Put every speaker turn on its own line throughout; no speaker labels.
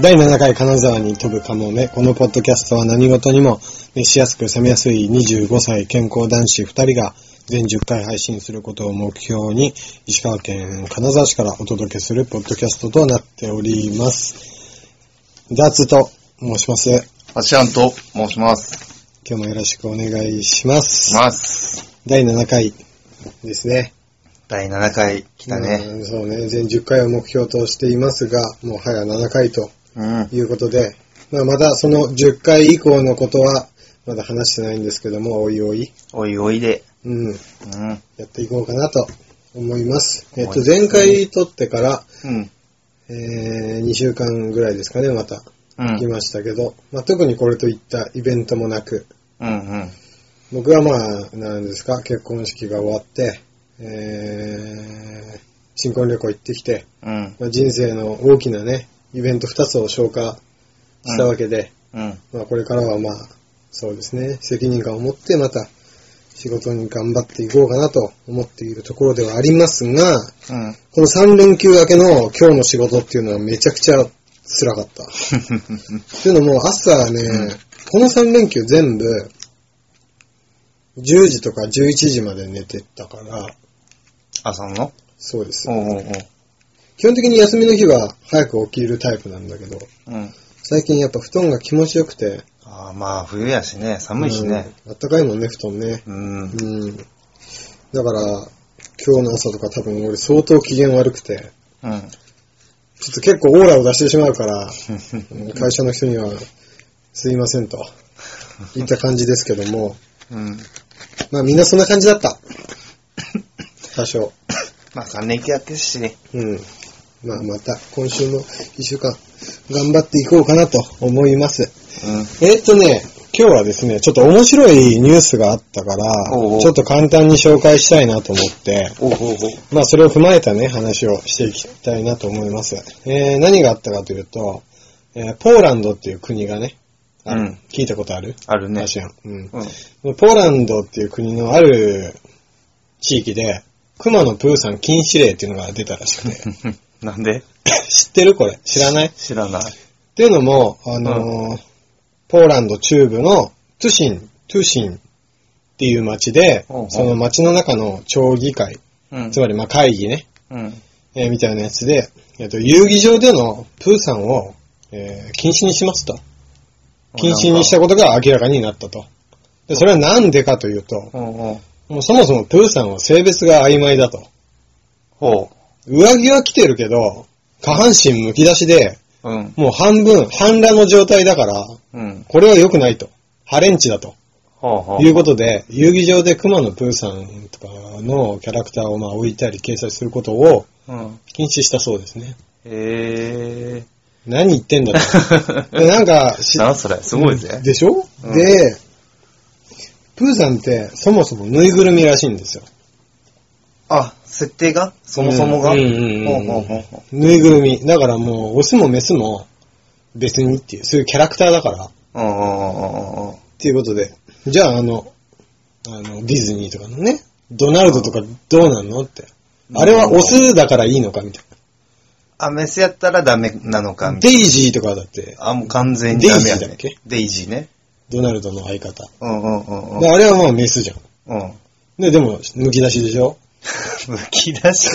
第7回金沢に飛ぶカモメ。このポッドキャストは何事にも熱しやすく冷めやすい25歳健康男子2人が全10回配信することを目標に石川県金沢市からお届けするポッドキャストとなっております。ダーツと申します。
アシアンと申します。
今日もよろしくお願いします。
ます。
第7回ですね。
第7回来たね。
うんそうね。全10回を目標としていますが、もう早7回と
うん
と。いうことで、まあ、まだその10回以降のことは、まだ話してないんですけども、おいおい、
おいおいで。
うん、
うん。
やっていこうかなと思います。えっ
思い
と、
ます
前回撮ってから、
うん。
えー、2週間ぐらいですかね、また、
う
来
ん。
ましたけど、まあ、特にこれといったイベントもなく、
うん。
僕はまあ、なんですか、結婚式が終わって、えー、新婚旅行行ってきて、
うん。
まあ、人生の大きなね、イベント2つを消化したわけで、
うん。
まあ、これからはまあ、そうですね、責任感を持ってまた仕事に頑張っていこうかなと思っているところではありますが、
うん。
この3連休明けの今日の仕事っていうのはめちゃくちゃ辛かった。っていうのも朝ね、
うん
この3連休全部、10時とか11時まで寝てたから、
朝の
そうです
お。うおう
基本的に休みの日は早く起きるタイプなんだけど、
おう。うん。
最近やっぱ布団が気持ちよくて、
ああ、まあ、冬やしね。寒いしね。
うん。あったかいもんね、布団ね。
う
う
ん。
ん。だから、今日の朝とか多分俺相当機嫌悪くて、
うん。
ちょっと結構オーラを出してしまう から、会社の人にはすいませんと、言った感じですけども、
うん。
まあみんなそんな感じだった。多少。
まあ、3連休やってるしね。
うん。まあまた今週も一週間頑張っていこうかなと思います。えーっとね、今日はですね、ちょっと面白いニュースがあったから、
おうおう
ちょっと簡単に紹介したいなと思って、
うん。おうおう
まあ、それを踏まえたね、話をしていきたいなと思います。えー、何があったかというと、えーポーランドっていう国がね、ある
うん
聞いたことある
あるね
ア。シアン。うん。
うん。
ポーランドっていう国のある地域で、熊のプーさん禁止令っていうのが出たらしくて。
なんで
知ってるこれ。知らないっ
知らない。
ていうのも、あのーポーランド中部のトゥシン、トゥシンっていう町で
ほうほ、う
その町の中の町議会、
うん
つまりまあ会議ね、
うん。
えーみたいなやつで、えっ、と、遊技場でのプーさんを、えー禁止にしますと。禁止にしたことが明らかになったと。で、それはなんでかというと、
おうおう
もうそもそもプーさんは性別が曖昧だと。
ほ
上着は着てるけど、下半身むき出しで、
う。うん。
もう半分、半裸の状態だから、
うん。
これは良くないと。ハレンチだと。
ほうほう。
いうことで、遊技場で熊のプーさんとかのキャラクターをまあ置いたり掲載することを
うん。
禁止したそうですね。
へえ。
何言ってんだと。 でなんか、し
なあ、それ。すごいぜ。
でしょ、
うん
で、プーさんってそもそもぬいぐるみらしいんですよ。
あ、設定がそもそもが
うんうんうんうん
ほうほうほうほ
ぬいぐるみ。だからもう、オスもメスも別にっていう、そういうキャラクターだから。っ
ううんうんうんうん
ていうことで、じゃああの、あの、ディズニーとかのね、ドナルドとかどうなんのって。あれはオスだからいいのかみたい
あ、メスやったらダメなのか
な。。デイジーとかだって、
あ、もう完全にダメ
デイジ
や
ーだっ
ね
け。
デイジーね。
ドナルドの相方。
うんうんうんうん
で、。あれはまあメスじゃん。
うん。
で、でも、むき出しでしょ
むき出し。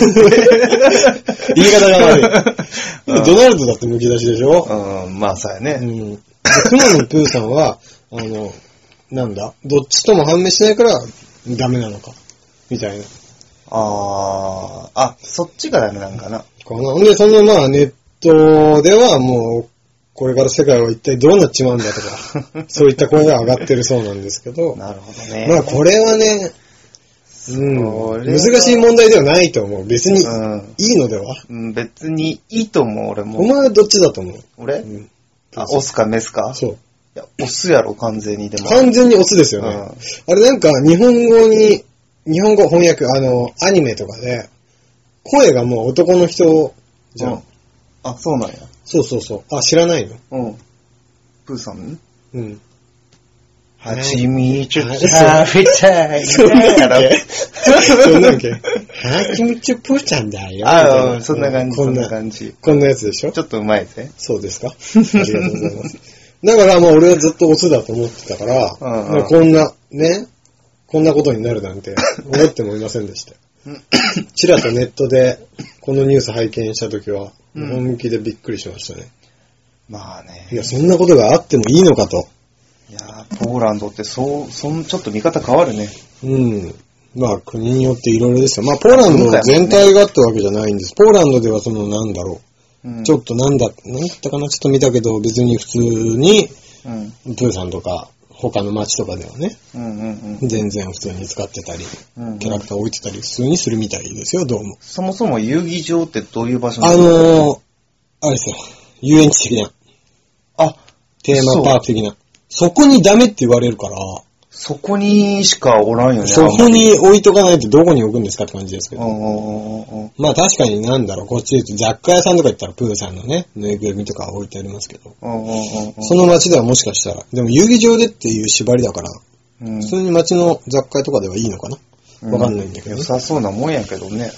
言い方が悪い。で
うん
ドナルドだってむき出しでしょ
うん、まあそうや
う
ね。
ん。で熊のプーさんは、あの、なんだ、どっちとも判明しないからダメなのか、みたいな。
あー、あ、そっちがダメなんかな。
かな。ほんで、そのまあネットではもう、これから世界は一体どうなっちまうんだと か、そういった声が上がってるそうなんですけど、ま
なるほどね。
あこれはね、うん、
れは
難しい問題ではないと思う。別に、
うん
いいのでは、
うん。別にいいと思う、俺
お
も。
前はどっちだと思う、
俺
うん、
あ、オスかメスか
そう。
いや、オスやろ、完全に。でも。
完全にオスですよね。あれなんか日本語に、日本語翻訳、あの、アニメとかで、声がもう男の人じゃん。
うんあ、そうなんや。
そうそうそう。あ、知らないの
うん。プーさん
うん。
はちみち
はい
食べたい。
そんなんだっけそんなんだっけハキムチュプーちゃんだよ。みた
あ
い
あ、そんな感じ、
こ
そ
ん
んな
な、
感じ。
こんなやつでしょ
ちょっとうまいですね。
そうですかありがとうございます。だからまあ俺はずっとオスだと思ってたから、
うんうん
まあこんな、ね、こんなことになるなんて思ってもいませんでした。ちらとネットでこのニュース拝見したときは、
うん
本気でびっくりしましたね。
まあね。
いや、そんなことがあってもいいのかと。
いやーポーランドってそう、そん、ちょっと見方変わるね。
うん。まあ国によっていろいろですよ。まあポーラン
文化
ド
やも
全
んね
体がってわけじゃないんです。ポーランドではそのなんだろ
うん
う。ちょっとなんだ、なんだったかなちょっと見たけど別に普通に
うん。
プーさんとか他の街とかではね、
うんうん
全然普通に使ってたり、
うん。うん
キャラクター置いてたり、普通にするみたいですよ、どうも。
そもそも遊技場ってどういう場所
あ
なの
のー、あれですよ、遊園地的な、
あ、
テーマパーク的な。そこにダメって言われるから、
そこにしかおらんよね。
そ
あん
こ
まり。
に置いとかないとどこに置くんですかって感じですけ
う
ど。
んうんうんうん
まあ確かになんだろう、こっちで言うと雑貨屋さんとか行ったらプーさんのね、ぬいぐるみとか置いてありますけど。
うんうんうんうん
その街ではもしかしたら、でも遊技場でっていう縛りだから、
うん
普通に街の雑貨屋とかではいいのかな
う
わかんないんだけどね
良さそうなもんやけどね。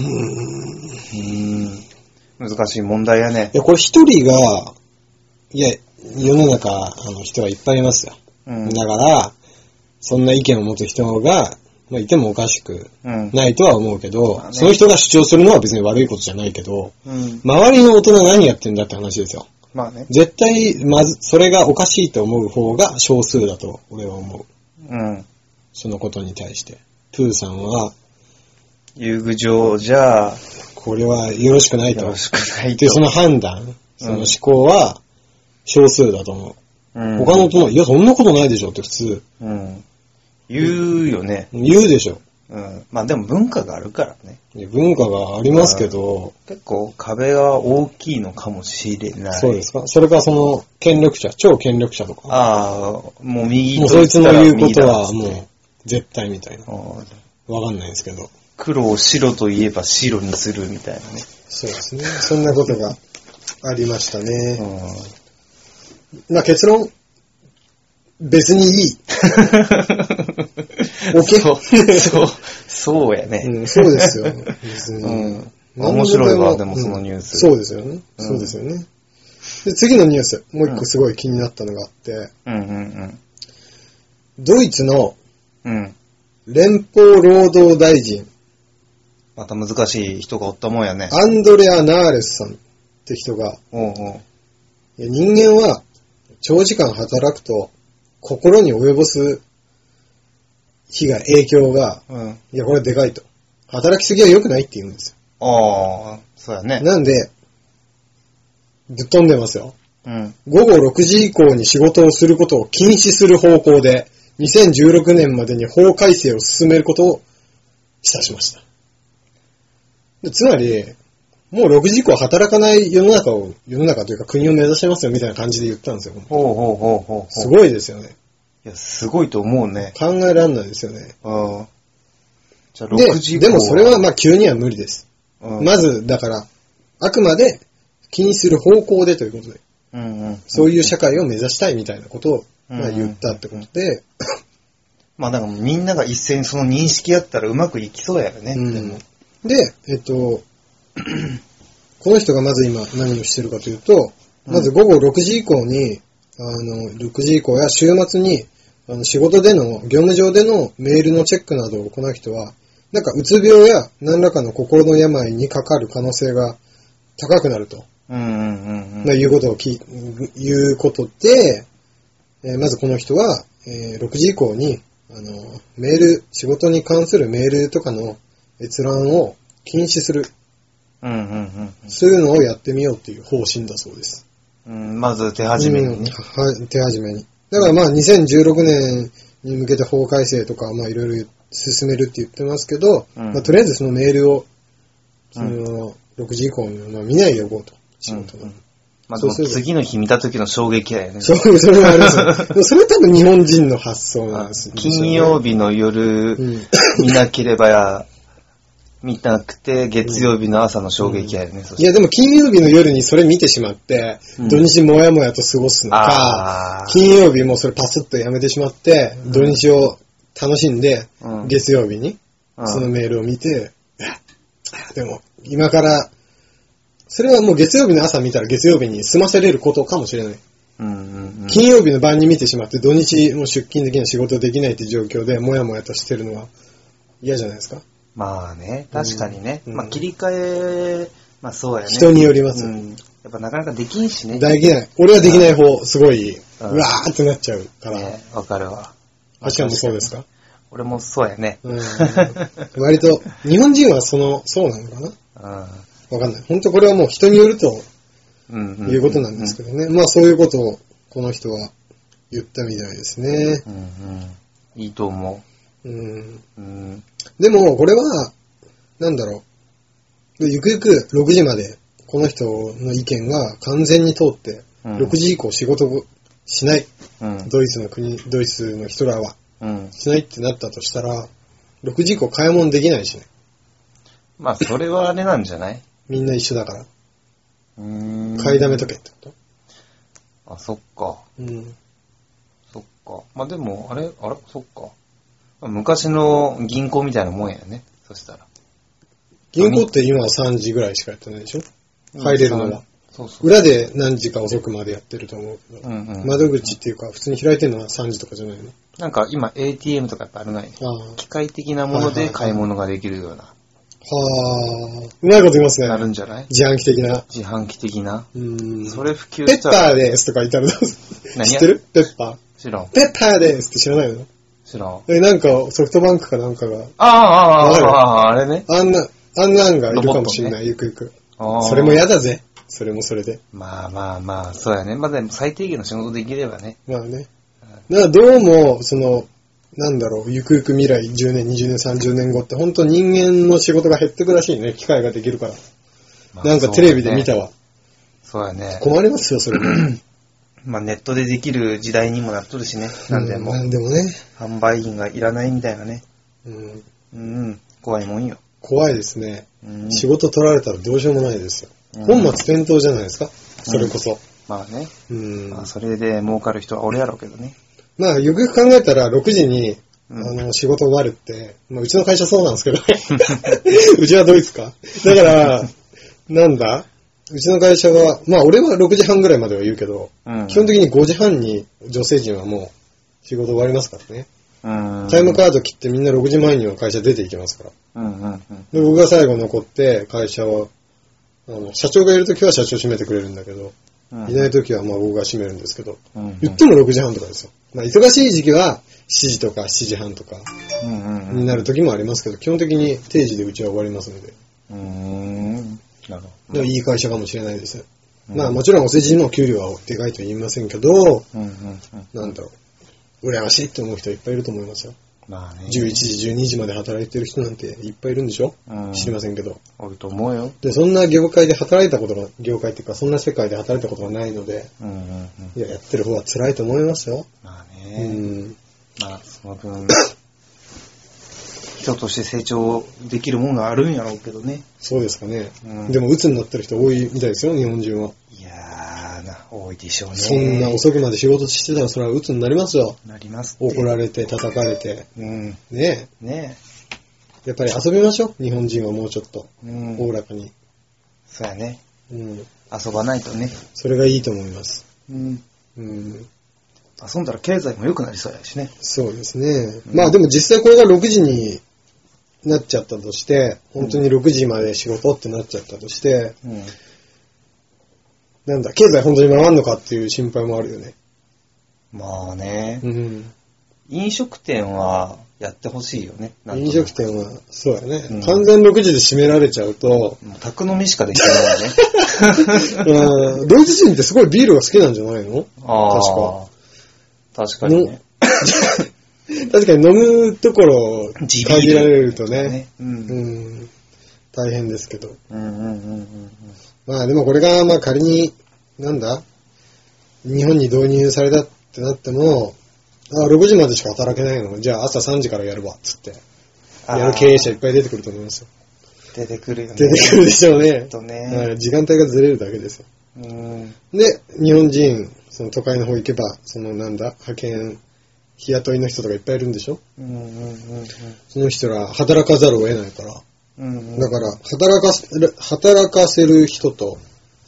うん。難しい問題やね
い。や、これ一人が、いや、世の中、あの人はいっぱいいますよ。
うん。
だから、そんな意見を持つ人が、まあ、いてもおかしく
うん。
ないとは思うけど、
まあね
その人が主張するのは別に悪いことじゃないけど、
うん。
周りの大人何やってんだって話ですよ。
まあね。
絶対、まず、それがおかしいと思う方が少数だと、俺は思う。
うん。
そのことに対して。プーさんは、
遊具場じゃ、
これはよろしくない
よ
と
ろ。しくないと
で、。その判断、その思考は、少数だと思う。
うん
他の大人、いや、そんなことないでしょって普通、
うん。言うよね。
言うでしょ。
うん。まあでも文化があるからね。
いや文化がありますけど、
結構壁が大きいのかもしれない。
そうですかそれからその、権力者、超権力者とか、
ああ、もう右
もう
と
そいつの言うこ
右
と
だっつ
は
って
もう、絶対みたいな。
ああ
わかんないですけど。
黒を白といえば白にするみたいなね。
そうですね。そんなことがありました
う
ね。
ん
まあ結論、別にい い。置け
そう、そう、そうやね。
うん、そう ですよ。別
う
に。
ん。
何
面白いわ、
で
で
も
も
うん
そのニュース。。
そううですよね。そうですよね。で、次のニュース、もう一個すごい気になったのがあって、
うんうん
ドイツの
うん。うん。
連邦労働大臣、
また難しい人がおったもんやね。
アンドレア・ナーレスさんって人が、
おうおう。
いや人間は長時間働くと心に及ぼす被害、影響が、
うん。
いや、これでかいと。働きすぎは良くないって言うんです
ああ、そうや
よ。
ね。
なんで、ぶっ飛んでますよ。
うん。
午後6時以降に仕事をすることを禁止する方向で、2016年までに法改正を進めることを示唆しました。でつまり、もう6時以降は働かない世の中を、世の中というか国を目指してますよみたいな感じで言ったんですよ。
ほうほうほうほうほう。
す
い。
ごいですよね。
や、すごいと思うね。
考えらんないですよね。
うん。じゃあ、6時
で、で
以降
もそれは、まあ急には無理です。
うん、
まず、だから、あくまで禁止する方向でということで。
うんうん、
そういう社会を目指したいみたいなことをまあ言ったってことで、
まあ、だからみんなが一斉にその認識やったらうまくいきそうやよね。
うん
でも。
で、えっと、 この人がまず今何をしてるかというと、まず午後6時以降に、あの、6時以降や週末に、あの仕事での、業務上でのメールのチェックなどを行う人は、なんかうつ病や何らかの心の病にかかる可能性が高くなると、
うんうんうん
まあ、いうことをき、いうことで、えーまずこの人は、えー6時以降に、あの、メール、仕事に関するメールとかの閲覧を禁止する、
うん。うんうん
そういうのをやってみようっていう方針だそうです。
うんうん。まず手始めにね。
うんは手始めに。だからまあ2016年に向けて法改正とか、まあいろいろ進めるって言ってますけど、
うん
まあとりあえずそのメールを、そ
うん
の、6時以降に、まあ見ないでおこうと、仕事
う
の
んうんまあ、でも次の日見た時の衝撃だよね。
そう、それはありますよね。でもそれは多分日本人の発想なん
あ
ですよね。
金曜日の夜、
うん
見なければ、見なくて、月曜日の朝の衝撃やよね。そし
い
て
や、でも金曜日の夜にそれ見てしまって、
うん
土日もやもやと過ごすのか
あ、ー
金曜日もうそれパスッとやめてしまって、土日を楽しんで、
うん
月曜日に
うん
そのメールを見て、でも、今から、それはもう月曜日の朝見たら月曜日に済ませれることかもしれない。
うんうんうん。
金曜日の晩に見てしまって、土日もう出勤できない仕事できないって状況で、もやもやとしてるのは嫌じゃないですか。
まあね、確かにね。
うん
まあ切り替え、まあそうやね。
人によります
う
よ。
ん。やっぱなかなかできんしね。
できない。俺はできない方、すごい、う
うん
わーってなっちゃうから。
ねわかるわ。
あちらもそうですか
俺もそうやね。
うん割と、日本人はその、そうなのかな
う
わかんない。本当これはもう人によると
ん。うん。
いうことなんですけどね。まあそういうことを、この人は言ったみたいですね。
うんうん。いいと思
うん、
う。うん。
でも、これは、なんだろう。でゆくゆく6時まで、この人の意見が完全に通って、
うん
6時以降仕事をしない。
うん。
ドイツの国、ドイツの人らは、
うん。
しないってなったとしたら、6時以降買い物できないしね。
まあそれはあれなんじゃない
みんな一緒だから。
うーん。
買いだめとけってこと。
あ、そっか。
うん。
そっか。まあでも、あれあらそっか。まあ昔の銀行みたいなもんやね。そしたら。
銀行って今は3時ぐらいしかやってないでしょ入れるのは。
そうそう。
裏で何時か遅くまでやってると思うけど
う。んうん。
窓口っていうか、普通に開いてるのは3時とかじゃないの
なんか今 ATM とかやっぱあるない。
あ
機械的なもので買い物ができるような。
あ。はあ。うまいこと言います
な
ね。
るんじゃない
自販機的な。
自販機的な。
うん。
それ普及
ペ
し
ッ
たら。
パーですとか言ったらどうする
何
知ってるペッパー。
知らん。
ペッパーですって知らないの
知らん。あ
え、なんかソフトバンクかなんかが、
あ、ああ、
わかる
ああ、あれね。
あんな、あんなんがいるかもしれない、ゆくゆく。
ああ
それも嫌だぜ。それもそれで。
まあまあまあ、そうやね。まあでも最低限の仕事できればね。
まあね。だからどうも、その、なんだろう、ゆくゆく未来10年、20年、30年後って、本当人間の仕事が減ってくらしいね。機械ができるから。
まあ
なんかテレビで見た。わ。
そうやね。そうやね
困りますよ、それも。
まあネットでできる時代にもなっとるしね。なんでも
う。なんでもね。
販売員がいらないみたいなね。
うん、
うんうん。怖いもんよ。
怖いですね。
うん。
仕事取られたらどうしようもないですよ。
うん
本末転倒じゃないですか。それこそ。
まあね。
うん。
まあそれで儲かる人は俺やろうけどね。
まあ、よくよく考えたら、6時に、
うん
あの、仕事終わるって、まあ、うちの会社そうなんですけど、 うちはドイツか。だから、なんだうちの会社は、まあ、俺は6時半ぐらいまでは言うけど、
うん。
基本的に5時半に女性陣はもう、仕事終わりますからね。
うん。
タイムカード切ってみんな6時前には会社出ていきますから。
うんうんうん。
で、僕が最後残って、会社は、あの、社長がいるときは社長閉めてくれるんだけど、
うん
いないときはまあ僕が閉めるんですけど、
うんうん
言っても6時半とかですよ。まあ、忙しい時期は7時とか7時半とか
うんうんうん
になる時もありますけど、基本的に定時でうちは終わりますので、
うーん。なるほ
でもいい会社かもしれないです。
ど。
まあもちろんお世辞の給料はでかいとは言いませんけど、
うんうんうん。
なんだろう。羨ましいって思う人いっぱいいると思いますよ。
まあね。
11時、12時まで働いてる人なんていっぱいいるんでしょ
うん。
知りませんけど。
おると思うよ。
で、そんな業界で働いたことが、業界っていうか、そんな世界で働いたことがないので、
うんうんうん。
いや、やってる方は辛いと思いますよ。
まあ
う
ね。
ん。
まあ、その分、人として成長できるもんがあるんやろうけどね。
そうですかね。
うん
でも、鬱になってる人多いみたいですよ、日本人は。
いやーな、多いでしょうね。
そんな遅くまで仕事してたらそれは鬱になりますよ。
なりますって。
怒られて、叩かれて。
うん。
ね
ね
え。やっぱり遊びましょう。日本人はもうちょっと。
え。うん。
おおらかに。
そうやね。
うん。
遊ばないとね。
それがいいと思います。
うん。
うん。
遊んだら経済も良くなりそうやしね。
そうですね。
うん
まあでも実際これが6時になっちゃったとして、本当に6時まで仕事ってなっちゃったとして、
うん。
なんだ、経済本当に回んのかっていう心配もあるよね。
まあね。
うん。
飲食店はやってほしいよね。なんとな
飲
く
食店は、そうだね。
うん
完全に6時で閉められちゃうと、
もう宅飲みしかできない よね。
うんドイツ人ってすごいビールが好きなんじゃないの
ああ。確かにね。
確かに飲むところを
地ビール
限られるとね、
ね。う。
うんん、大変ですけど。
うんうんうんうん
まあでもこれが、まあ仮に、なんだ、日本に導入されたってなっても、あ6時までしか働けないのじゃあ朝3時からやるわ、つって。
うん。
やる経営者いっぱい出てくると思いますよ。
あー出てくるよね。
出てくるでしょうね
ちょっと。ね
はい時間帯がずれるだけですよ。
うん。
で、日本人、その都会の方行けば、そのなんだ、派遣日雇いの人とかいっぱいいるんでしょ
うんうんうん
その人ら働かざるを得ないから。
うんうん。
だから、働かせる、働かせる人と、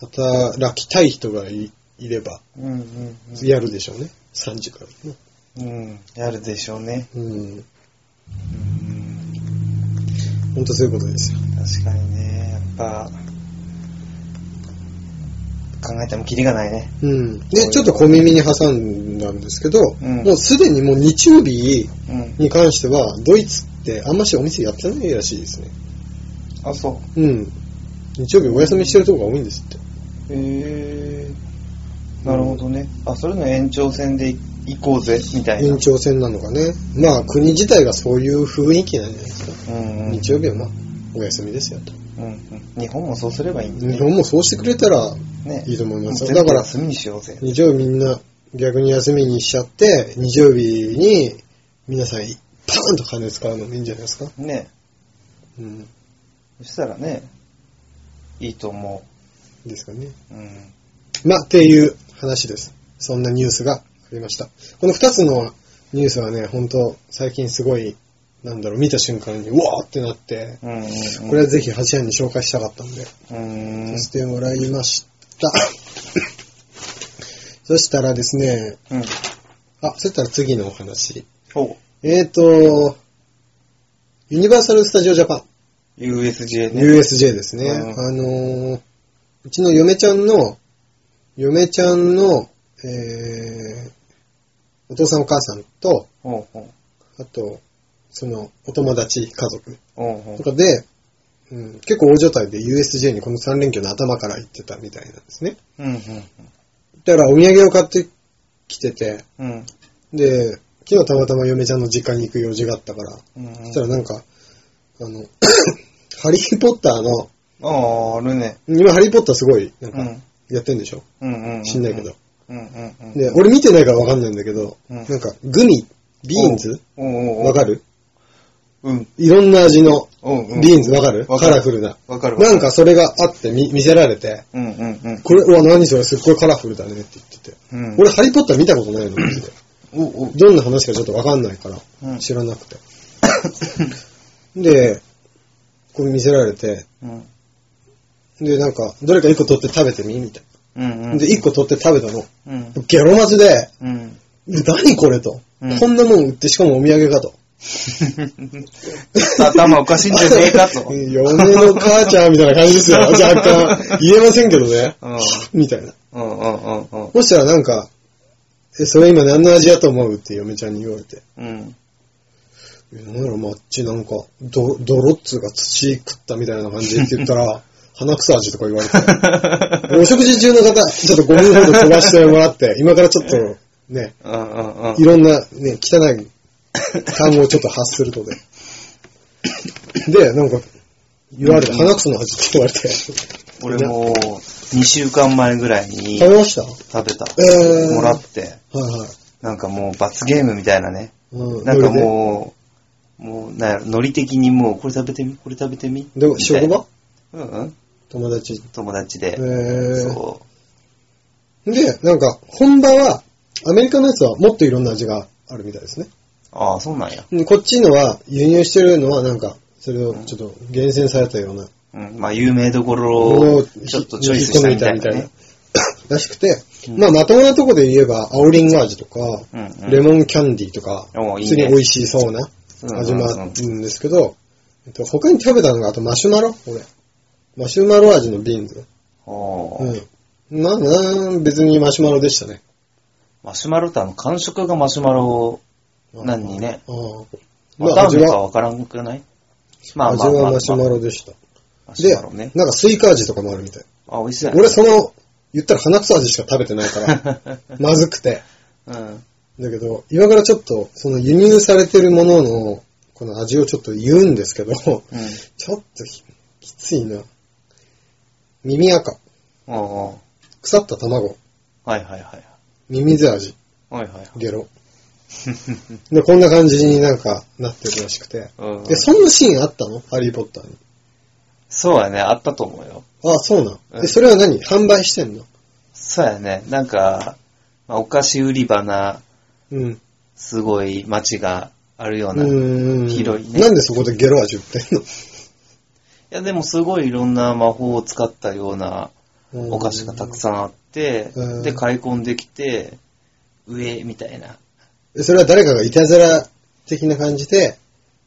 働きたい人がいいれば、
うんうんうん。
やるでしょうね。3時間ね。
うん。やるでしょうね。
うん。
うん。
本当そういうことですよ。
確かにね、やっぱ、考えてもキリがないね。
うん。で、ちょっと小耳に挟んだんですけど、
うん
もうすでにもう日曜日
うん。
に関しては、ドイツってあんましお店やってないらしいですね。
あ、そ
うん。日曜日お休みしてるとこが多いんですって。
う。へえ。なるほどね。あ、それの延長線で行こうぜ、みたいな。
延長戦なのかね。まあ国自体がそういう雰囲気なんじゃないですか。
うんうん。
日曜日はまあお休みですよと。
うんうん。日本もそうすればいいんだね
日本もそうしてくれたら
ね。
いいと思いますよ。
だ
だ
か
からら
休みにしようぜ。
日曜日みんな逆に休みにしちゃって、日曜日に皆さんパーンと金使うのもいいんじゃないですか。
ね。
うん。
そしたらね、いいと思
ですかね。
う。うん。
まあっていう話です。そんなニュースがありました。この二つのニュースはね、本当最近すごい、なんだろう、見た瞬間に、うわーってなって、
うんうんうん。
これはぜひ8夜に紹介したかったんで、
うー
さ。
ん
せてもらいま した。そしたらですね、
うん。
あ、そしたら次のお話。
お
えーと、ユニバーサル・スタジオ・ジャパン、
USJ ね。
USJ ですね。
うん
あのーうちの嫁ちゃんの、嫁ちゃんの、えー、お父さんお母さんと、
おうおう
あと、その、お友達、家族
おうお
と
う
かで、うん、結構大所帯で USJ にこの3連休の頭から行ってたみたいなんですね。
うんうん
だからお土産を買ってきてて、
うん。うん。
で、昨日たまたま嫁ちゃんの実家に行く用事があったから、
うんうん
そしたらなんか、あの、 ハリーポッターの、
ああ、あるね。
今ハリーポッターすごい、なん
う
か、
ん。
やってんでしょ、
うんうんうん。
知んないけど。。
うんうんうん。
で、俺見てないからわかんないんだけど、
うん
なんか、グミ、ビーンズ
おうおうおう
わかる
うん。
いろんな味の、
おううん。
ビーンズわかる
わ
カ
かる
ラフルな。
わかるわ
なんかそれがあってみ見せられて、
うんうんうん。
これ、うわ、何それすっごいカラフルだねって言ってて。
うん。
俺、ハリーポッター見たこと ないの、マジで。
おうおう。
どんな話かちょっとわかんないから。
うん。
知らなくて。で、これ見せられて、
うん。
で、なんか、どれか1個取って食べてみみたい
うんう
な。
ん。
で、1個取って食べたの。
うん。
ゲロマジで、
うん。
何これと。
うん
こんなもん売ってしかもお土産かと。
頭おかしいんじゃねえかと。
嫁の母ちゃんみたいな感じ ですよ。若干。言えませんけどね。
うん。
みたいな。
うんうんうんうん。
そしたらなんか、え、それ今何の味やと思うって嫁ちゃんに言われて。
うん。
えなんだろう、マッチなんか、ど、泥っつうか土食ったみたいな感じって言ったら、 鼻くそ味とか言われて。お食事中の方、ちょっと5分ほど飛ばしてもらって、今からちょっとね、
うんうんうん
い。ろんなね、汚い単語をちょっと発するとで。で、なんか、言われて、鼻くその味って言われて、
俺も、2週間前ぐらいに
食べました
食べた。
えー
もらって、
はいはい。
なんかもう罰ゲームみたいなね。
う
なんかもう、もう、なんやろ、ノリ的にもう、これ食べてみ、これ食べてみ。
でも、
みた
職
いな
場
うんうん。
友達。
友達
え
で。
ー、
そ
で、なんか、本場は、アメリカのやつはもっといろんな味があるみたいですね。
う。ああ、そうなんや。
でこっちのは、輸入してるのはなんか、それをちょっと厳選されたような、
うん。まあ、有名どころ
も
を、
う
ちょっとチョイスしたみたいなね。
らしくて、
うん
まあ、まともなとこで言えば、青リンゴ味とか、
うんうん。
レモンキャンディーとか、
おー
普
いい
通
ね
に美味しそうな味もあ
うんうんうん
るんですけど、えっと他に食べたのが、あとマシュマロ俺。マシュマロ味のビーンズ。
おー
うん。まあなあ、別にマシュマロでしたね。
マシュマロってあの、感触がマシュマロなんにね。
ああ。ま
わ
あ、
か
味
るのか
は、
わからんくないまあ
味
まあまあま
は
あ。
マシュマロでした。
マシュ
で
マロね、。
なんかスイカ味とかもあるみたい。
あ、美味しそうやね
俺、その、言ったら鼻くそ味しか食べてない から、まずくて。
うん。
だけど、今からちょっと、その輸入されてるものの、この味をちょっと言うんですけど、ち
うん。
ょっとききついな。耳垢、
おうおう
腐った卵、
はいはいはい。
ミミズ味、
はいはいはい。
ゲロ。で、こんな感じになんかなってるらしくて。
うん
で、そんなシーンあったのハリーポッターに。
そうやね、あったと思うよ。
ああ、そうな
うん
ん。で、それは何販売してんの
そうやね、なんか、まあ、お菓子売り場な、
うん。
すごい街があるような。い
うん。
広いね
なんでそこでゲロ味売ってんの
や、でもすごいいろんな魔法を使ったような お菓子がたくさんあって
うん、
で、開墾できて、上、みたいな。
ん。それは誰かがいたずら的な感じで、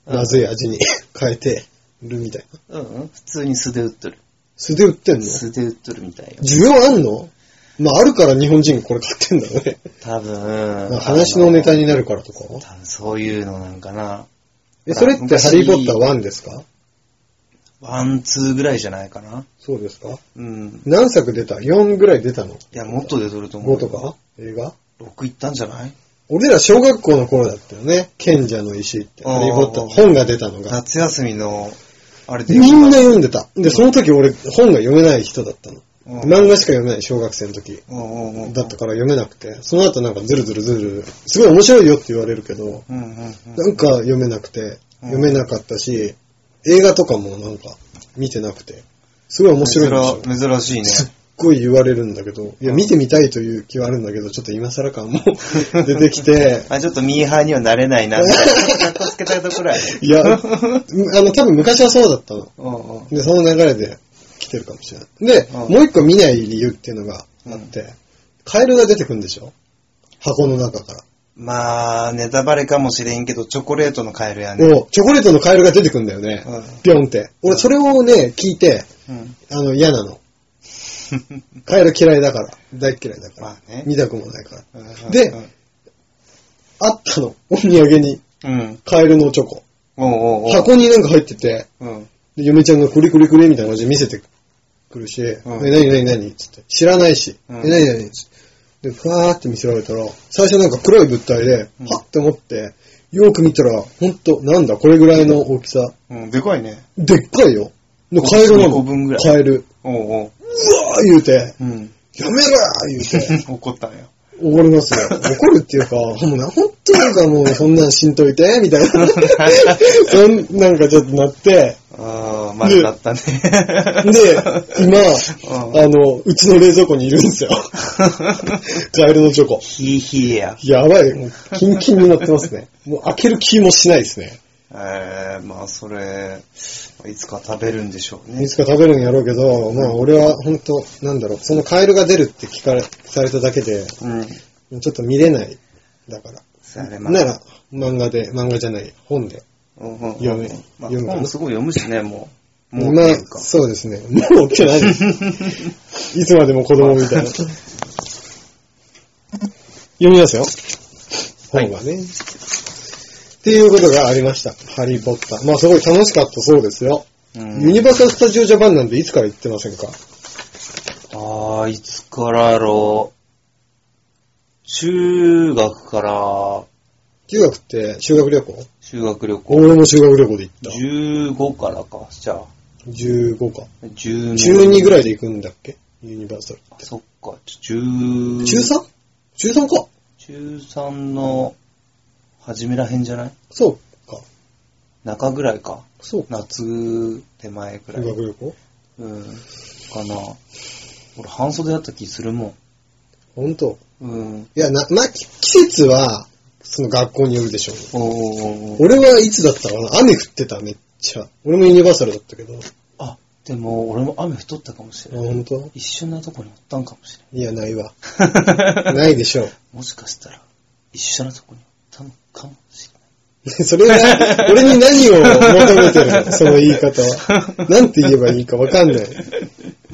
うん
まずい味に 変えてるみたいな。
うんうん。普通に素で売っとる。
素で売ってんの
素で売っとるみたいよ。
需要あんのまあ、あるから日本人これ買ってんだろうね。
多分。
話のネタになるからとか
あの。多分そういうのなんかな。
え、それってハリーポッター1ですか
ワン、ツーぐらいじゃないかな。
そうですか
うん。
何作出た ?4 ぐらい出たの
いや、もっと出とると思う。
?5 とか映画
6いったんじゃない
俺ら小学校の頃だったよね。賢者の石って。
あー
ハリーポッター、本が出たのが。
夏休みの、あれで
みんな読んでた。で、その時俺本が読めない人だったの。
うん
漫画しか読めない、小学生の時。
うんうんうん
だったから読めなくて。その後なんかズルズルズルズル、すごい面白いよって言われるけど、
うんうんうん。
なんか読めなくて、
うん
読めなかったし、映画とかもなんか見てなくて、すごい面白いんですよ。
珍珍しいね。
すっごい言われるんだけど、いや、見てみたいという気はあるんだけど、ちょっと今更感も 出てきて、
あ、ちょっとミーハーにはなれないな、みたいな。ちょっと格好つけたいところやね。
い や、あの、多分昔はそうだったの。
うんうん。
で、その流れで来てるかもしれない。で、
うん
もう一個見ない理由っていうのがあって、カエルが出てくるんでしょ箱の中から。
まあ、ネタバレかもしれんけど、チョコレートのカエルやね。
もう、チョコレートのカエルが出てくるんだよね。
うん
ピョンって。俺、それをね、聞いて、
うん。
あの、嫌なの。カエル嫌いだから。大っ嫌いだから。
まあね
見たくもないから。
うんう ん
で、あったの。お土産に。
うん。
カエルのチョコ。
おうおうおう。
箱になんか入ってて、
うん。
で嫁ちゃんがクリクリクリみたいな感じで見せてくるし、
ん
え、何何何つって。知らないし。
うん
え、何何つって。で、ふわーって見せられたら、最初なんか黒い物体で、
うん
はっって思って、よく見たら、ほんと、なんだ、これぐらいの大きさ。
うん、でかいね。
でっかいよ。のカエルな
5
の
分ぐら。い
カエル。
おうおう。
うわー言うて、
うん。
やめろー言うて、
怒っ たんよ。
怒りますよ。怒るっていうか、もうな、ほんとなんかもう、そんなんしんといて、みたい な。そんなんかちょっとなって、
ああ、丸だったね。
で、 今、あの、うちの冷蔵庫にいるんですよ。 カエルのチョコ。
ヒーヒーや。
やばい、もう、キンキンになってますね。もう開ける気もしないですね。
えー、まあそれ、いつか食べるんでしょう
い
ね。
つか食べるんやろうけど、まあ俺は本当なんだろう、そのカエルが出るって聞かれ、されただけで、
うん。
ちょっと見れない。だから。
それまあ
なら、漫画で、漫画じゃない、本で。
うんうんうん
読む
まあ、
読むかな
本すごい読むしね、もう。もう
ま
って
あ
いう、か。
そうですね。もうって何 いつまでも子供みたいな。読みますよ。
はい
本はね。っていうことがありました。ハリー・ポッター。まあすごい楽しかったそうですよ。
うん
ユニバーサル・スタジオ・ジャパンなんていつから行ってませんか
ああ、いつからやろう。中学から
中学って修学旅行
修学旅行。
俺も修学旅行で行った。
15からか。じゃあ、
15か。
12。
12ぐ
い。
らいで行くんだっけユニバーサル。
そっか、10。
中 3? 中3か。
中3の初めらへんじゃない
そうか。
中ぐらいか。
そうか。
夏手前ぐら
修
い。
学旅行
うん。かな。俺、半袖だった気するも
本当
ん。うん。
いや、な、まあ、き季節は、その学校によるでしょう、ね。
おーおーおー
俺はいつだったかな雨降ってた、めっちゃ。俺もユニバーサルだったけど。
あ、でも、俺も雨太ったかもしれ
あ、
ない。
本当
一瞬なとこにおったんかもしれない
いや、ないわ。 ないでしょう。
もしかしたら、一緒なとこにおったのかもし
それは、俺に何を求めてるのその言い方は。なんて言えばいいかわかんない。で、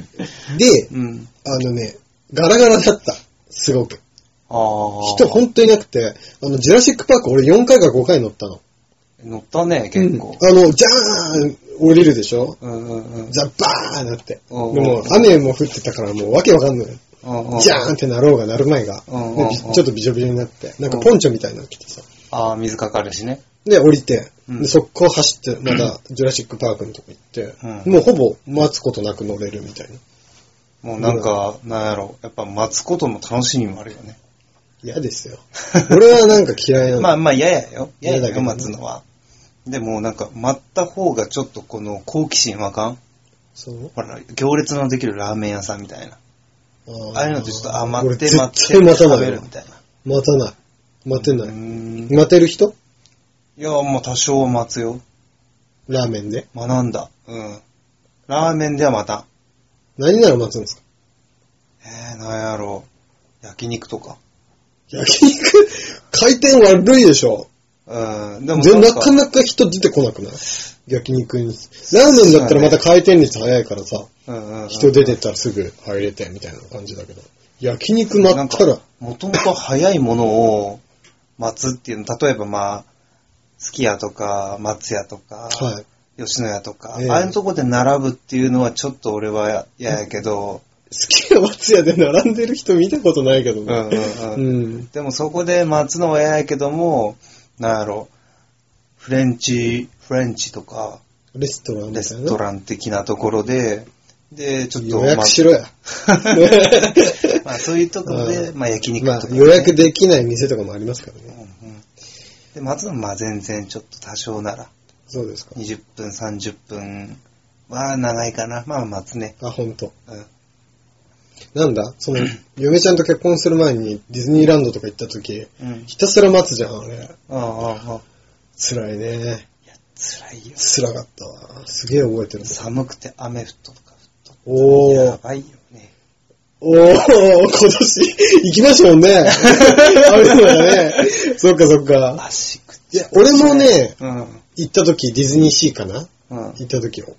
れない。うん。
あのね、ガラガラだった。すごく。
ああ。
人ほんといなくて、あの、ジュラシックパーク俺4回か5回乗ったの。
乗ったね、結構。
うんあの、ジャーン降りるでしょ
うんうんうん。
ザ・バーンなって。で
うん
も、雨も降ってたからもうわけわかんない。
うんうん
ジャーンってなろうがなる前が。
うん
で
うん
びちょっとびしょびしょになって。なんかポンチョみたいなの着てさ。
ああ、水かかるしね。
で、降りて、
うん
で速攻走って、また ジュラシックパークのとこ行って、
うん
もうほぼ待つことなく乗れるみたいな。
もうなんか、なんやろ。やっぱ待つことも楽しみもあるよね。
嫌です よ。俺はなんか嫌いなの。
まあまあ、嫌やよ。嫌
嫌だ
や
け
よ、
どね
待つのは。でもなんか、待った方がちょっとこの好奇心わかん
そう
ほら、行列のできるラーメン屋さんみたいな。
あー
ああいうのってちょっと、あ、待って
俺
待って
絶対待た
食
な
べ
い
る
よ
み。たいな。
待たない。待てな
う
い。
んい
待てる人
や、まあ多少は待つよ。
ラーメンで。
学んだ。うん。ラーメンではまた。
何なら待つんですか
えー、なんやろう。焼肉とか。
焼肉、 回転悪いでしょ。
うん。でも
で、なか
か
なか人出てこなくない焼肉に。ラーメンだったらまた回転率早いからさ、
うんうんうん
人出てったらすぐ入れてみたいな感じだけど。焼肉待
なん
ったら
か、、もともと早いものを待つっていうの、例えばまあ、すき家とか、松屋とか、
はい。
吉野家とか、
ええ
ああいうとこで並ぶっていうのはちょっと俺は嫌やけど、
好きな松屋で並んでる人見たことないけど
う
ね。
んうんうん
うん。
でもそこで待つのは嫌やけども、なんやろ、フレンチ、フレンチとか、
レストランみたいな。
レストラン的なところで、で、ちょっと、
予約し ろや。
まあ、まあそういうところで、
う
まあ焼肉
まあ
とかね、
予約できない店とかもありますから
う
ね。
んうんで、待つのはまあ全然ちょっと多少なら、
そうですか。
20分、30分は長いかな。まあ待つね。
あ、ほんと。
うん。
なんだそ の、嫁ちゃんと結婚する前にディズニーランドとか行った時、
うん。
ひたすら待つじゃん、あれ。
ああ、ああ。
辛いね。
辛いよ。
辛かったわ。すげえ覚えてる。
寒くて雨降ったとか
お
や
ー。
ばいよね。
おー、今年、行きましたも んね。あれだね。そっかそっか。
足く
いや、俺もね、
うん。
行った時、ディズニーシーかな
うん。
行った時、お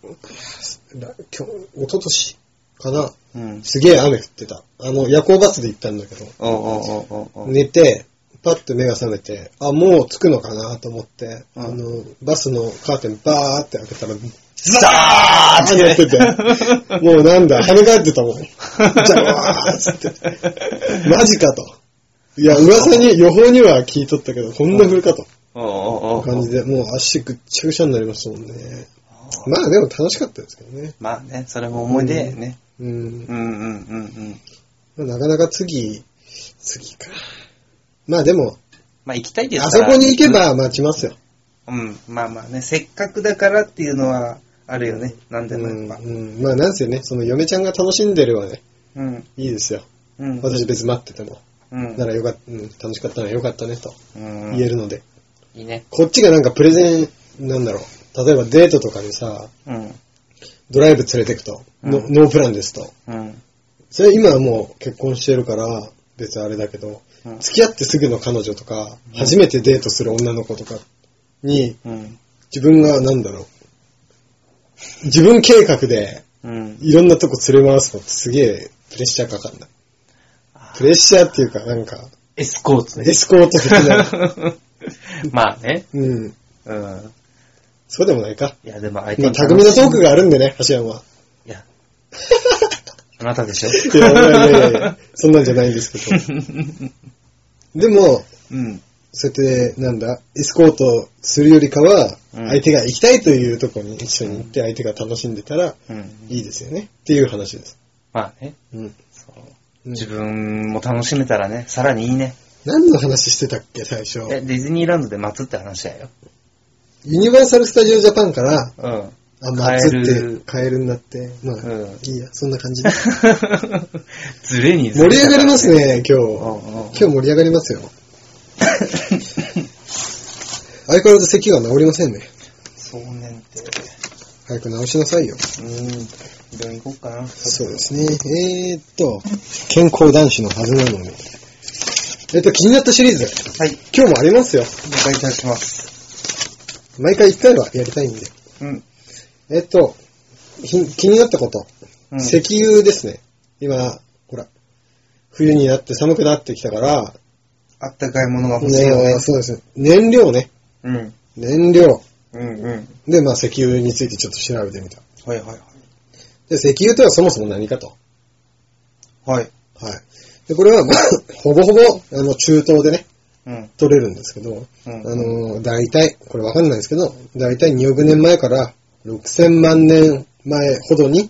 ら今日、一昨年かな
うん。
すげえ雨降ってた。あの、夜行バスで行ったんだけど、
おうおうおうおうおう。
寝て、パッと目が覚めて、あ、もう着くのかなと思って、
うん
あの、バスのカーテンバーって開けたら、
ザ
あーってやってて、もうなんだ、跳ね返ってたもん。じゃわーっつって。マジかと。いや、噂に、予報には聞いとったけど、こんな降るかと。
おうおうおう
感
お
じ
う。
で、もう足ぐっちゃぐちゃになりましたもんね。まあでも楽しかったですけどね。
まあね、それも思い出やね。
うん
う。んうんうんうん。
まあなかなか次、次か。まあでも、
まあ行きたいです
あそこに行け。ば待ちますよ。
うん。まあまあね、せっかくだからっていうのはあるよね。なんでもやっぱ。
うんうんまあなんせね、その嫁ちゃんが楽しんでるはね、
うん。
いいですよ。
うん。
私別に待ってても。
うん。
ならよかった、うん、楽しかったならよかったねと
うん。
言えるので。
いいね。
こっちがなんかプレゼン、なんだろう。例えばデートとかにさ、
うん。
ドライブ連れてくと、
うん
ノノープランですと。
うん。
それ今はもう結婚してるから、別にあれだけど、
うん
付き合ってすぐの彼女とか、初めてデートする女の子とかに、
うん。
自分がなんだろう。自分計画で、
うん。
いろんなとこ連れ回すのってすげえプレッシャーかかんない。プレッシャーっていうか、なんか、
エスコーツ
エスコート的な。
まあね。
うん。
うん。
そうでもないか。
いや、でも相手
まあ、
に
匠のトークがあるんでね、橋山は。
いや。あなたでしょ
いやいやいやいや、そんなんじゃないんですけ ど。でも、
うん。
そうやって、なんだ、エスコートするよりかは、
うん
相手が行きたいというとこに一緒に行って、相手が楽しんでたら
うん。
いいですよね。っていう話です。
まあね。
うん。
そう。
うん
自分も楽しめたらね、さらにいいね。
何の話してたっけ、最初。
え、ディズニーランドで待つって話だよ。
ユニバーサル・スタジオ・ジャパンから、
うん。
あ、まあ、つっ
カエル
て、カエルになって、まあ、
うん
いいや、そんな感じで。
ずれにず
盛
れ
り上がります ね、今日。
うんうん
今日盛り上がります よ。相変わらず咳が治りませんね。
そうねんて。
早く治しなさいよ。
うん。病院行こうかな。
そうですね。えーっと、健康男子のはずなのに。えっと、気になったシリーズ。
はい。
今日もありますよ。
お願いいたします。
毎回1回はやりたいんで。
うん。
えっと、ひ気になったこと。
うん
石油ですね。今、ほら、冬になって寒くなってきたから、
あったかいものが欲しいよね
ね、。そうです。燃料ね。
うん。
燃料。
うんうん。
で、まあ石油についてちょっと調べてみた。
はいはいはい。
で、石油とはそもそも何かと。
はい。
はい。で、これは、まあ、ほぼほぼ、あの、中東でね、
うん。
取れるんですけど、
う
あ
ん
の、大体、これわかんないですけど、大体2億年前から6000万年前ほどに、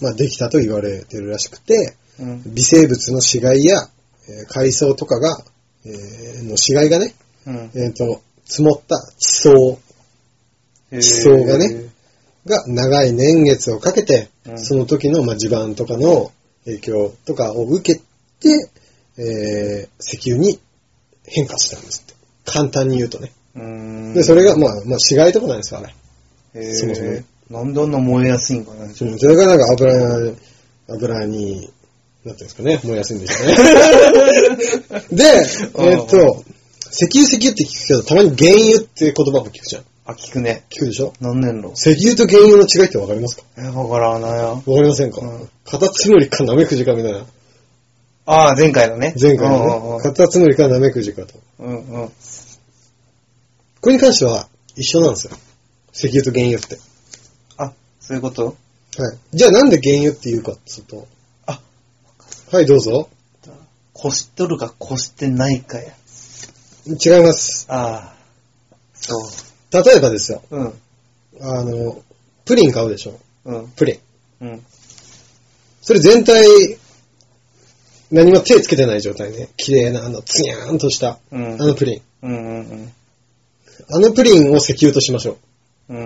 まあ、できたと言われてるらしくて、
うん。
微生物の死骸や、えー海藻とかが、えーの死骸がね、
うん。
えっ、と、積もった地層
地
層がね。が長い年月をかけて、
うん
その時の、まあ、地盤とかの影響とかを受けて、えー石油に変化したんですって。簡単に言うとね。
うーん。
で、それが、まあ、まあ、死骸とかなんですよ、あれ。
へー
そもそもね
なんであんな燃えやすいんかな。
それがなんか油、油に、なんていうんですかね、燃えやすいんですよ ね。で、えーっと、石油石油って聞くけど、たまに原油っていう言葉も聞くじゃん。
あ、聞くね。
聞くでしょ
何年の
石油と原油の違いってわかりますか
え、わからないよ。
わかりませんか、
うん
カタツムリかナメクジかみたいな。
ああ、前回のね。
前回
うん
の
うん
ね。カタツムリかナメクジかと。
うん。うんうん。
これに関しては一緒なんですよ。石油と原油って。
あ、そういうこと
はい。じゃあなんで原油っていうかっつうと。
あ、
はい、どうぞ。
こしとるかこしてないかや。
違います。
ああ。そ
例えばですよ。
う。うん。
あの、プリン買うでしょ。
うん。
プリン。
うん。
それ全体、何も手つけてない状態ね。綺麗な、あの、ツニャーンとした、
うん。う
あ
ん。
のプリン。
うん。
あのプリンを石油としましょ
うん。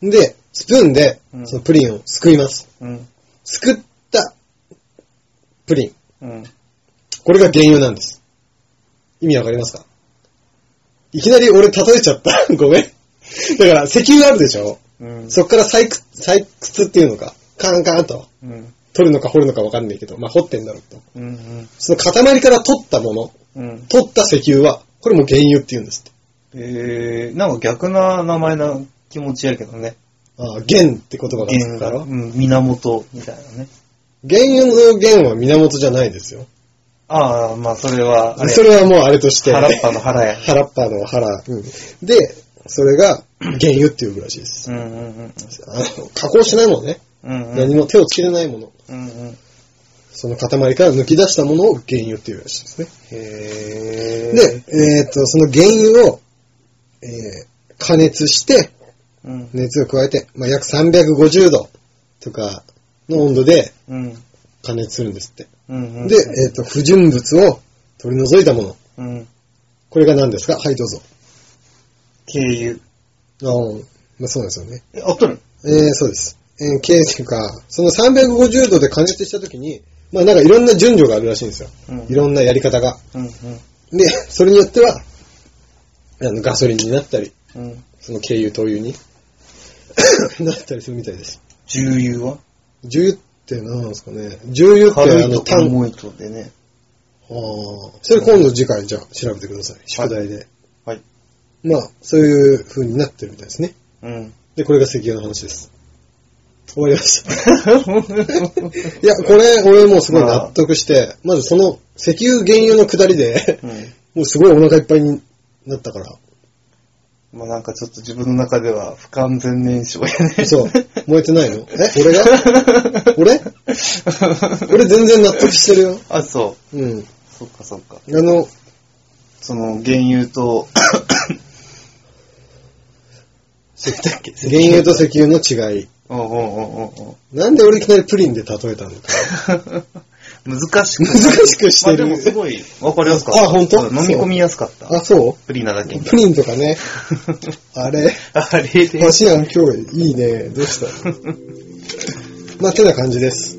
うん。
う。で、スプーンで
う、ん
そのプリンをすくいます。
うん。
すくった、プリン。
うん。
これが原油なんです。意味わかりますかいきなり俺例えちゃった。 ごめん。だから石油あるでしょ
うん。
そっから採掘、採掘っていうのか、カンカンと、
うん。
取るのか掘るのかわかんないけど、まあ掘ってんだろうと。
うん。うん。
その塊から取ったもの、
うん。
取った石油は、これも原油って言うんですって。
えー、なんか逆な名前な気持ちやけどね。
ああ、源って言葉がつくから。
う
原
ん、源みたいなね。
油の源は源じゃないですよ。
ああ、まあそれは、あれ、
それはもうあれとして。
原っぱの腹や。
原っぱの腹。うんで、それが原油っていうらしいです。
うんうんうん。
あの加工しないものね。
うんうん。
何も手をつけれないもの。
うんうん。
その塊から抜き出したものを原油っていうらしいですね。
へー。
で、、えっ、と、その原油を、えー加熱して、
うん。
熱を加えて、まあ、約350度とかの温度で
うん。
加熱するんですって。
うんうん。
で、えっ、と、不純物を取り除いたもの。
うん。
これが何ですかはい、どうぞ。
経由。
あーまあ、そうですよね。
え、あっとる
えー、そうです。えー、経っていうか、その350度で加熱したときに、まあなんかいろんな順序があるらしいんですよ。
うん。
いろんなやり方が。
うん
で、それによっては、あの、ガソリンになったり、
うん。うん。
その軽油、灯油に なったりするみたいです。
重油は
重油って何なんですかね。重油っ
軽
てあ
い
の、
と
タ
か
ン、あ
重いとでね。
ーそれ今度次回じゃあ調べてください。宿題で。
はい。
まあ、そういう風になってるみたいですね。
うん。
で、これが石油の話です。終わりま した。いや、これ、俺もうすごい納得して、まずその石油原油の下りで、
うん。
もうすごいお腹いっぱいになったから、
まあなんかちょっと自分の中では不完全燃焼やね。
そう、燃えてないのえ俺が俺俺全然納得してるよ。
あ、そう。
うん。
そっかそっか。
あの、
その、原油と、
原油と石油の違い。
うんうんうんうんうん
なんで俺いきなりプリンで例えたのか。
難しく。
難しくしてる
まあでもすごい、わかりやすかった。
あ本当
うん飲み込みやすかった。
あ、そ
プリなだけ
う
に。
プリンとかね。あれ
あれで
マ。シアン今日いいね。どうしたのまあ、てな感じです。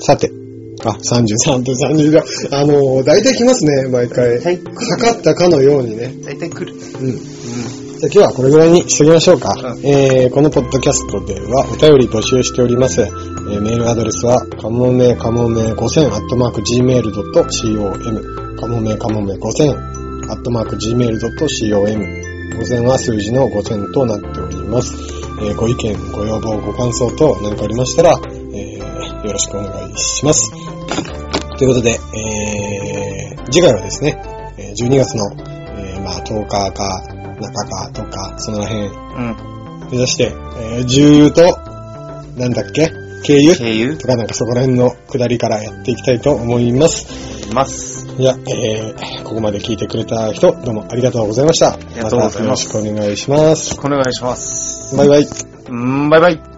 さて。あ、33分30秒。あのー、大体来ますね、毎回。
はい
測ったかのようにね。
大体来る。
うん。
う
じゃあ今日はこれぐらいにしときましょうか。
うん
えー、このポッドキャストではお便り募集しております。えー、メールアドレスは、かもめかもめ5000、アットマーク gmail.com、かもめかもめ5000、アットマーク gmail.com、5000は数字の5000となっております。えー、ご意見、ご要望、ご感想と何かありましたら、えー、よろしくお願いします。ということで、えー、次回はですね、えー12月の、えーまあ、10日か、中かとか、その辺
ん。うん。
目指して、えー重油と、なんだっけ軽油
経由
とかなんかそこら辺の下りからやっていきたいと思います。
います。
じゃあ、えーここまで聞いてくれた人、どうもありがとうございました。
りがとうござい
よろ
ま
し
す
くお願いします。
お願いします。
バイバイ。
うん、バイバイ。